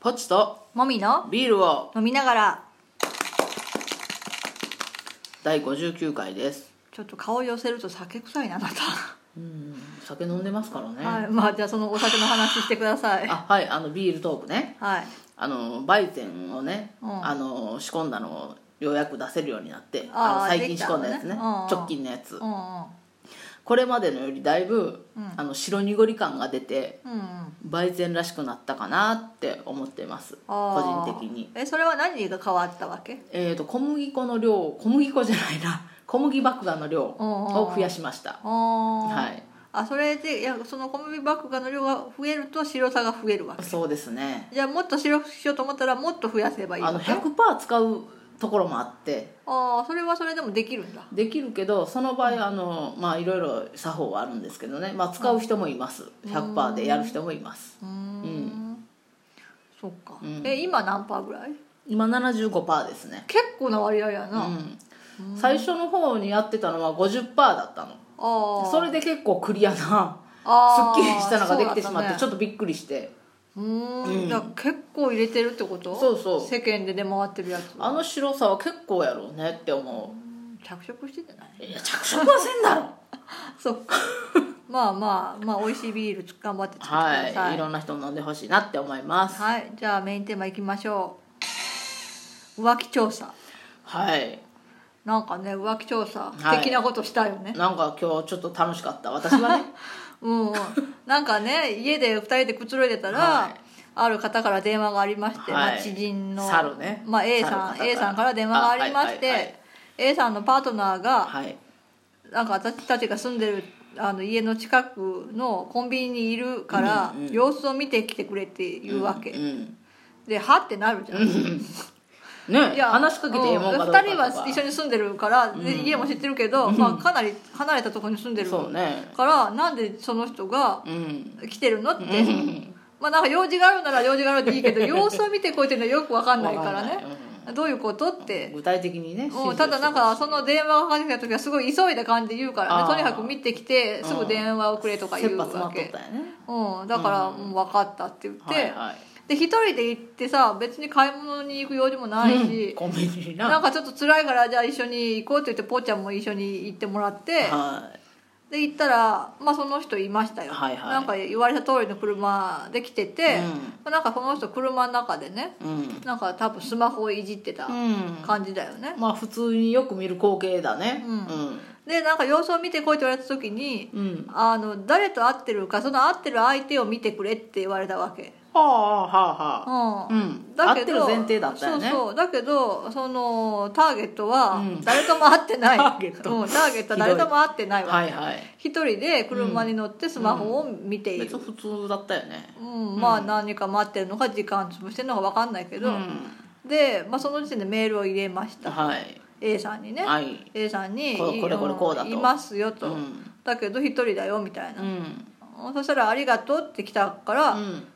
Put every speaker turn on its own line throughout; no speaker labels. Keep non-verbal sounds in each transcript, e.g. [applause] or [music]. ポチと
もみの
ビールを
飲みながら
第59回です
ちょっと顔寄せると酒臭いなあなた、
うん酒飲んでますからね、
はいまあじゃあそのお酒の話してください
あはいあのビールトークね
はい
あの売店をね、
うん
あの仕込んだのをようやく出せるようになって
あー
の最
で
近
き
仕
た
込
の
ん
ね
だやつね
うんうん
直近のやつ
うんうん
これまでのよりだいぶ、
うん
あの白濁り感が出て
うんうん
売店らしくなったかなって思ってます
あ
個
ー
人的に
えそれは何が変わったわけ
えー、と小麦粉の量小麦粉じゃないな小麦麦芽の量を増やしました
ああ
はい
あそれでいやその小麦麦芽の量が増えると白さが増えるわけ
そうですね
じゃあもっと白くしようと思ったらもっと増やせばいい
あ
わ
の
けあ
100%使うところもあって
あーそれはそれでもできるんだ
できるけどその場合あのまあいろいろ作法はあるんですけどね、まあ、使う人もいます100%でやる人もいます
うーんそっか、
うん
え今何パーぐらい
今75%ですね、
結構な割合や
う
な、あ
ん、最初の方にやってたのは50%だったの
あ
それで結構クリアな
あー
すっきりしたのができてしまって、ち
そ
ょ
うだ
っとびっくりして
たねうーん
うん
じゃあ結構入れてるってこと
そうそう
世間で出回ってるやつ
あの白さは結構やろうねって思
着色してんじゃないう
いや着色はせんだろ
そっか [laughs] まあまあまあ美味しいビール頑張って作ってください
はいいろんな人飲んでほしいなって思います
はい、じゃあメインテーマいきましょう浮気調査
はい
なんかね浮気調査
はい
的なことしたよね、
なんか今日ちょっと楽しかった私はね
うんうんなんかね家で2人でくつろいでたら、
はい
ある方から電話がありまして、
はい
まあ、知人の、
猿ね
まあ、A
猿方
さん
から
A さんから電話がありまして、
あはいはいはい
A さんのパートナーが
はい
なんか私たちが住んでるあの家の近くのコンビニにいるから、
うんうん
様子を見てきてくれっていうわけ、
うんうん
ではってなるじゃん、
ね
いや
話しかけてええもんかどうか
2人は一緒
に
に住んでるから、で家も知ってるけど、まあ、かなり離れたところに住んでる
そうね
からなんでその人が
うん
来てるのって、まあなんか用事があるなら用事があるでい
[laughs]
いけど様子を見てこいっていうのはよくわかんないから
わ
ね
かんない、
どういうことって。
具体的にね
うんただなんかその電話がかかってきた時はすごい急いだ感じで言うから
あー
ねとにかく見てきてすぐ電話をくれとか
切
言う
羽詰ま
わ
っとっ
け
た、よね
うん、だからうん分かったって言って、
はいはい
で一人で行ってさ別に買い物に行く用事もないし、
コンビニにな
なんかちょっと辛いからじゃあ一緒に行こうって言ってぽーちゃんも一緒に行ってもらって
は
で行ったら、まあ、その人いましたよ、
はいはい
なんか言われた通りの車で来てて、
うん
まあなんかこの人車の中でね
いうん
なんか多分スマホをいじってた
うん
感じだよね、
まあ普通によく見る光景だね
うんでなんか様子を見てこいって言われた時に、
うんうん
あの誰と会ってるかその会ってる相手を見てくれって言われたわけ
はあはあはあ
う
うん
ん、だ
会
け
ってる
ど
前提だったよね
そうそうだけどそのターゲットは
うん
誰とも会ってな
[laughs]
い、
ターゲット
うん、ターゲットは誰とも会ってないわ
はいはい
一人で車に乗ってスマホを見てい
別
る
に、普通だったよね
うんまあ何か待ってるのか時間潰してるのか分かんないけ
う
ど、
ん
で、まあ、その時点でメールを入れました、
はい
A さんにね、
はい
A さんに
ここれこれこうだと
いますよ」と、
うん
だけど一人だよ」みたいうな、
ん
そしたら「ありがとう」って来たから、
うん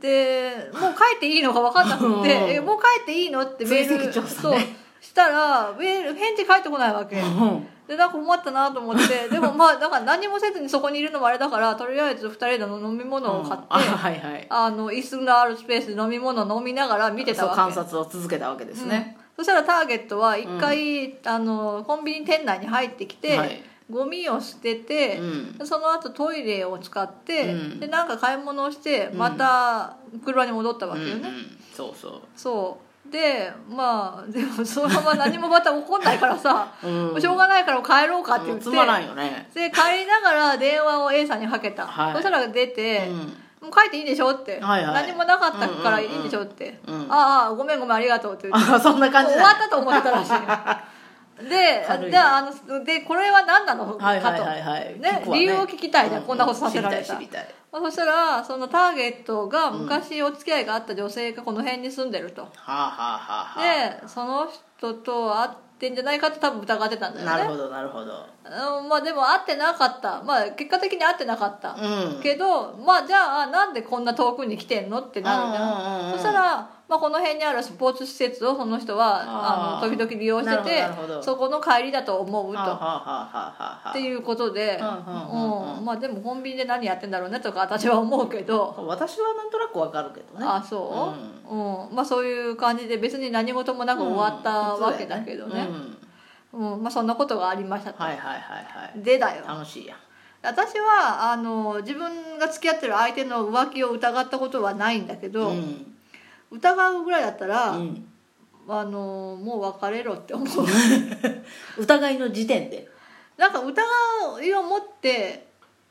でもう帰っていいのか分かんなく
うん
て「えもう帰っていいの?」ってメー
追
ル
跡調査ね
そうしたらメール返事返ってこないわけ
うん
でなんか困ったなと思ってでもまあだから何もせずにそこにいるのもあれだからとりあえず2人の飲み物を買って、
あはいはい
あの椅子のあるスペースで飲み物を飲みながら見てたわ
そう
け
観察を続けたわけですね、
うんそしたらターゲットは一回、あのコンビニ店内に入ってきて、
はい
ゴミを捨てて、
う
その後トイレを使って、
うん
でなんか買い物をしてまた車に戻ったわ
う
け
ん
よね、
うんそうそ
そうでまあでもそのまま何もまた起こんないからさ
う、うん、
しょうがないから帰ろうかって言って、
つまらんよね
で帰りながら電話を A さんにかけた、
はい
そしたら出て、
う
もう書いていいでしょって、
はいはい
何もなかったからいいんでしょって、
うんうんうんうん
ああごめんごめんありがとうって
ん
言って
あそんな感じ
終
だ
わったと思ってたらしいで
[laughs] 軽いね
じゃああのでこれは何なのかと、
はいはいはいはい聞
ね
くわ
理由を聞きたいじゃんこんなことさせられた
知りたい知り
まあそしたらそのターゲットが昔お付き合いがあった女性がこの辺に住んでる
た
と、
いはあはあはあはあ
でその人と会ってんじゃないかって多分疑ってたんだよね
なるほどなるほど
うんまあでも会ってなかったまあ結果的に会ってなかった、
うん
けどまあじゃあなんでこんな遠くに来てんのってなるじゃん、
うんうんうんうん
そしたら、ままあ、この辺にあるスポーツ施設をその人はあ
あー
の時々利用してて
なるほどなるほど
そこの帰りだと思う
はあは
と。
あはあはあはあ
っていうことで、
うんうんうんうん
うんまあでもコンビニで何やってんだろうねとか私は思うけど、
私はなんとなくわかるけどね
あそう、うんまあそういう感じで別に何事もなく終わったわけだけどね、
うんうん
うんまあ、そんなことがありましたと、
はいはいはいはい
でだよ
楽しいやん
私はあの自分が付き合ってる相手の浮気を疑ったことはないんだけど、
ん
疑うぐらいだったら、
うん
あのもう別れろって思う [laughs]
疑いの時点で
なんか疑いを持って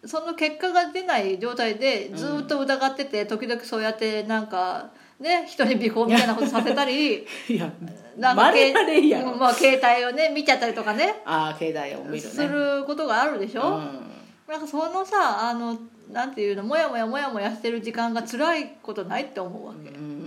その結果が出ない状態でずっと疑ってて、時々そうやってなんかね人に尾行みたいなことさせたり
[laughs] いや
[laughs] なん
バ
か
レられんやろ、
まあ、携帯をね見ちゃったりとかね
ああ携帯を見るね
することがあるでし
う
ょ、
ん
なんかそのさあのなんていうのモヤモヤモヤモヤしてる時間が辛いことないって思うわ
う
け、
ん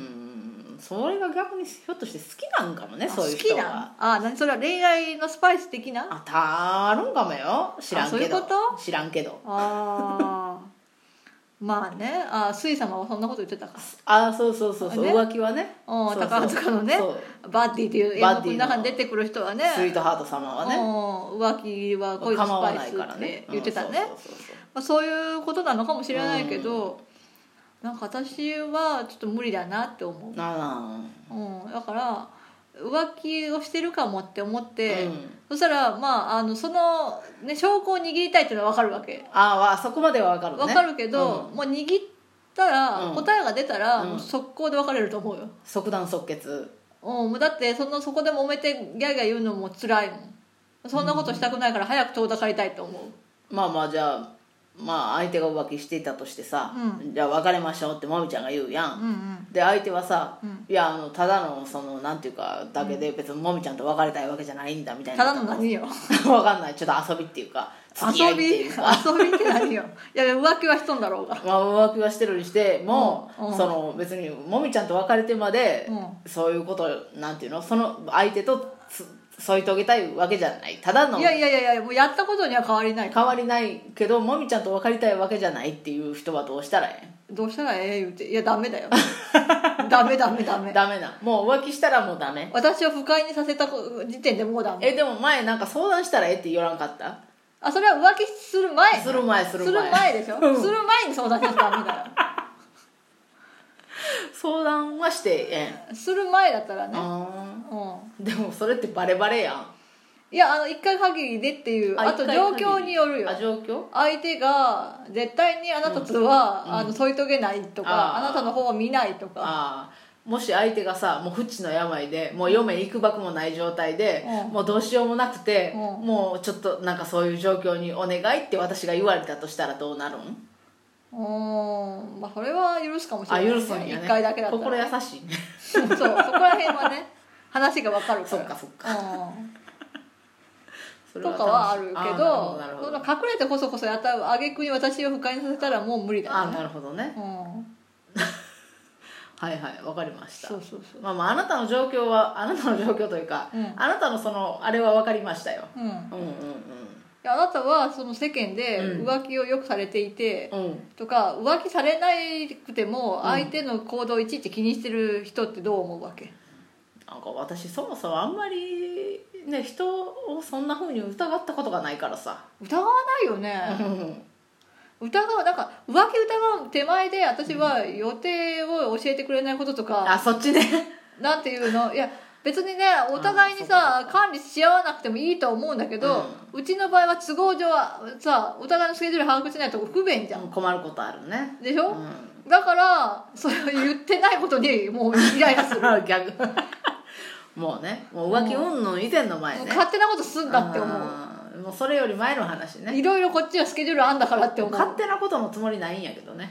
それが逆にひょっとして好きなんかもね
あ
そういう
好き
人
な
が
あ何それは恋愛のスパイス的なあ
あたあるんかもよ知らんけど
あそういうこと
知らんけど
あーまあねあ水様はそんなこと言ってたか
ああそうそうそうそう、
ね
浮気はね
うん
そうそう
宝塚のね
そう
バッディっていう映
バ
画
ッディ
の
の
中に出てくる人はね
スイートハート様はね
うん浮気は恋の
構
スパ
わ
イ
ない
ス
から
っ
ね
て言ってたね
うんそうそうそう
まあ、そういうことなのかもしれないけど、なんか私はちょっと無理だなって思う
そうあ
うん、だから浮気をしてるかもって思っ
あ、
て、
うん
そしたらまああのその、ね、証拠を握りたいっていうのは分かるわけ
あああそこまではわかるね
分かるけど、もう握ったら、
うん
答えが出たら、
うん
もう速攻で別れると思うよ、
即断即決
うん、もうだってそのそこで揉めてギャーギャー言うのも辛いもんそんなことしたくないから早く遠ざかりたいと思う、
まあまあじゃあまあ相手が浮気していたとしてさ、
う
じゃあ別れましょうってまみちゃんが言うやん、
うんうん
で相手はさ、
うん
いやあのただのそのなんていうかだけで別にもみちゃんと別れたいわけじゃないんだみたい
た
な
だの何よ
わかんないちょっと遊びっていうか付き合い
遊
って
び遊
い
び
う
っ
か
て何よいや浮気はしとんだろうが
まあ、浮気はしてるにしても、
うんうん
その別にもみちゃんと別れてまで、
う
そういうことなんていうのその相手とつ添い遂げたいわけじゃないただの
いやいやいやいやもうやったことには変わりない
変わりないけどもみちゃんと別れたいわけじゃないっていう人はどうしたらえ
どうしたらええ言うて「いやダメだよダメダメダ
えん [laughs]
メ
ダメなもう浮気したらもうダメ
私を不快にさせた時点でもうダメ
えでも前なんか相談したらええって言わなかった
あそれは浮気する前
する前す
す
る
る
前
前でしょ、
うん
する前に相談しちゃダメだ
相談はしてえ
よする前だったら
えん
ね
あ
うん
ーでもそれってバレバレやん
いやあの一回限りでっていうあと
一回
状
限り
況によるよ
あ状況
相手が絶対にあなたとは、あの添い遂げないとか
あ
あ
ー
なたの方を見ないとか
ああもし相手がさもう不治の病でもう嫁行くばくもない状態で、
うん
もうどうしようもなくて、
うん
もうちょっとなんかそういう状況にお願いって私が言われたとしたらどうなるん
うーんまあそれは許すかもしれ
あ
ない
許すんやね
一回だけだったら
心優しいね
そうそこら辺はね話がわかるから
そっかそっか
うん
[laughs] それ
[laughs] と
は楽しい
かはあるけ
あーなるほ
ど
ど
そ
なる
の
ほど
隠れてこそこそやったら挙句に私を不快にさせたらもう無理だ
あ
よ
ー
ね
なるほどね
うん
はいはいわかりました
そうそうそう
まあまああなたの状況はあなたの状況というか、
うん
あなたのそのあれは分かりましたよ
うんい
うんうん
やあなたはその世間で
うん
浮気をよくされていて
うんうん
とか浮気されなくても相手の行動をいちいち気にしてる人ってどう思うわけ
なんか私そもそもあんまりね人をそんな風に疑ったことがないからさ
疑わないよね疑うなんか浮気疑う手前で私は予定を教えてくれないこととか
あそっちね
なんていうのいや別にねお互いに
あそ
さ
っか
管理し合わなくてもいいと思うんだけど、うちの場合は都合上はさお互いのスケジュール把握しないと不便じゃん
困ることあるね
でしょ、
う
だからそれを言ってないことにもうイライラする、
ん逆 [laughs] もうねもう浮気云々以前の前
もう
ね
勝手なことすんだって思う
あーもうそれより前の話ね
いろいろこっちはスケジュールあんだからって思
勝
う
手なことのつもりないんやけどね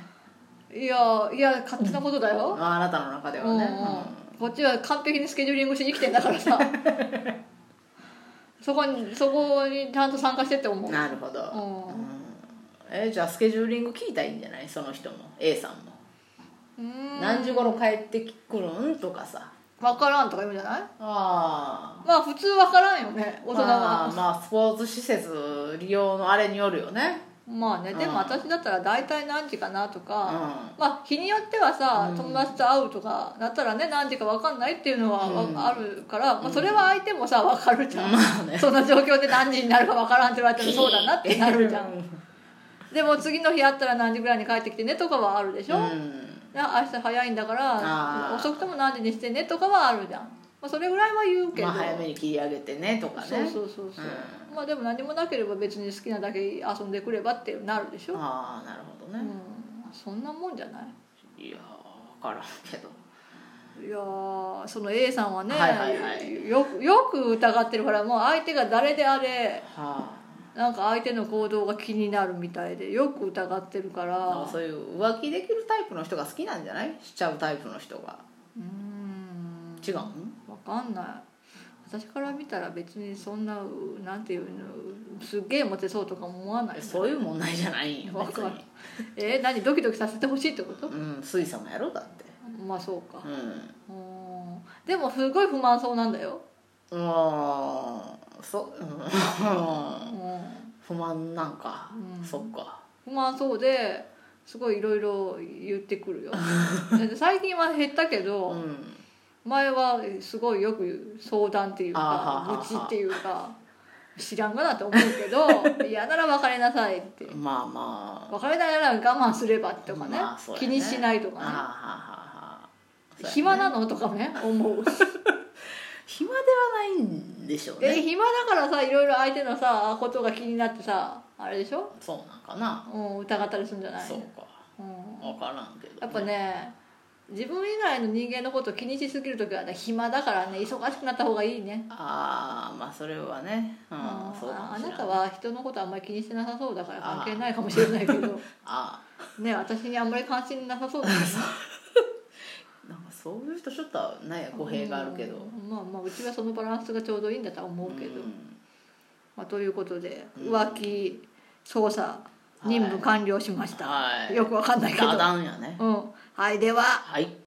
いやいや勝手なことだよ、
まああなたの中では
うん
ね、
うんこっちは完璧にスケジューリングしに来てんだからさそこにそこにちゃんと参加してって思
う
うん
なるほど、
うん
うんえじゃあスケジューリング聞いたらいいんじゃないその人も A さんも、
うん
何時頃帰ってくるんとかさ
分からんとか言うんじゃない
ああ
まあ普通分からんよね大人は、
まあ、まあスポーツ施設利用のあれによるよね
まあねで
うん
も私だったら大体何時かなとか、
う
まあ日によってはさ、
うん
友達と会うとかなったらね何時か分かんないっていうのはわ、
うん
あるから、まあ、それは相手もさ分かるじゃん、
まあね
そんな状況で何時になるか分からんって言われてもそうだなってなる
[laughs]
じゃんでも次の日会ったら何時ぐらいに帰ってきてねとかはあるでしょ、
うん
な明日早いんだか
あ
ら
ー
遅くとも何時にしてねとかはあるじゃん、まあ、それぐらいは言うけど、
まあ早めに切り上げてねとかね
そうそうそうそう、まあでも何もなければ別に好きなだけ遊んでくればってなるでしょ、
ああなるほど
う
ね、
ん、そんなもんじゃない
いやー分からんけど
いやーその A さんはね、
はいはいはい
よくよく疑ってるからもう相手が誰であれ
は
なんか相手の行動が気になるみたいでよく疑ってるか
あなん
ら
かそういう浮気できるタイプの人が好きなんじゃないしちゃうタイプの人が
うーん
違うの
わかんない私から見たら別にそんなうなんていうのすっげえモテそうとか思わない
そういう問題じゃないんよ
[laughs] わ
別
かる
に
えー何ドキドキさせてほしいってこと
うん水様やろだって
まあそうか
うん
うんでもすごい不満そうなんだよ、
ああそう、う、
うんん、
[laughs] 不満なんか、
うん
そっか
不満そうですごいいろいろ言って
[laughs]
くるよで最近は減ったけど、
うん
前はすごいよく言う相談っていう
あーはー
か
は
愚
ー
痴
はー
っていうか知らんがなと思う
[laughs]
けど嫌なら別れなさいって
まあまあ
別れないなら我慢すればとかね,、
まあそうや
気
ね
にしないと
ああはあはあ
か
はあ
ね暇な
の
のとかね思
[laughs]
う
暇ではないんでしょう
え
ね
暇だからさいろいろ相手のさことが気になってさあれでしょ、
そうなんかな、
うん、疑ったりするんじゃない
そうか
うん
分からんけど、
やっぱね自分以外の人間のことを気にしすぎる時はね暇だからね忙しくなった方がいいね、
ああまあそれはねうん
あ
そうかも
あ
しれ
ないたは人のことあんまり気にしてなさそうだから関係ないかもしれないけ
[laughs]
ど
あ
ね私にあんまり関心なさそうだね
あなんかそういう人ちょっとね語弊があるけど
うんまあまあうちはそのバランスがちょうどいいんだとは思うけど、
うん
まあ、ということで
うん
浮気捜査任務完了しました、
はい
よくわかんないけど
ダダンやね
うんはいでは
はい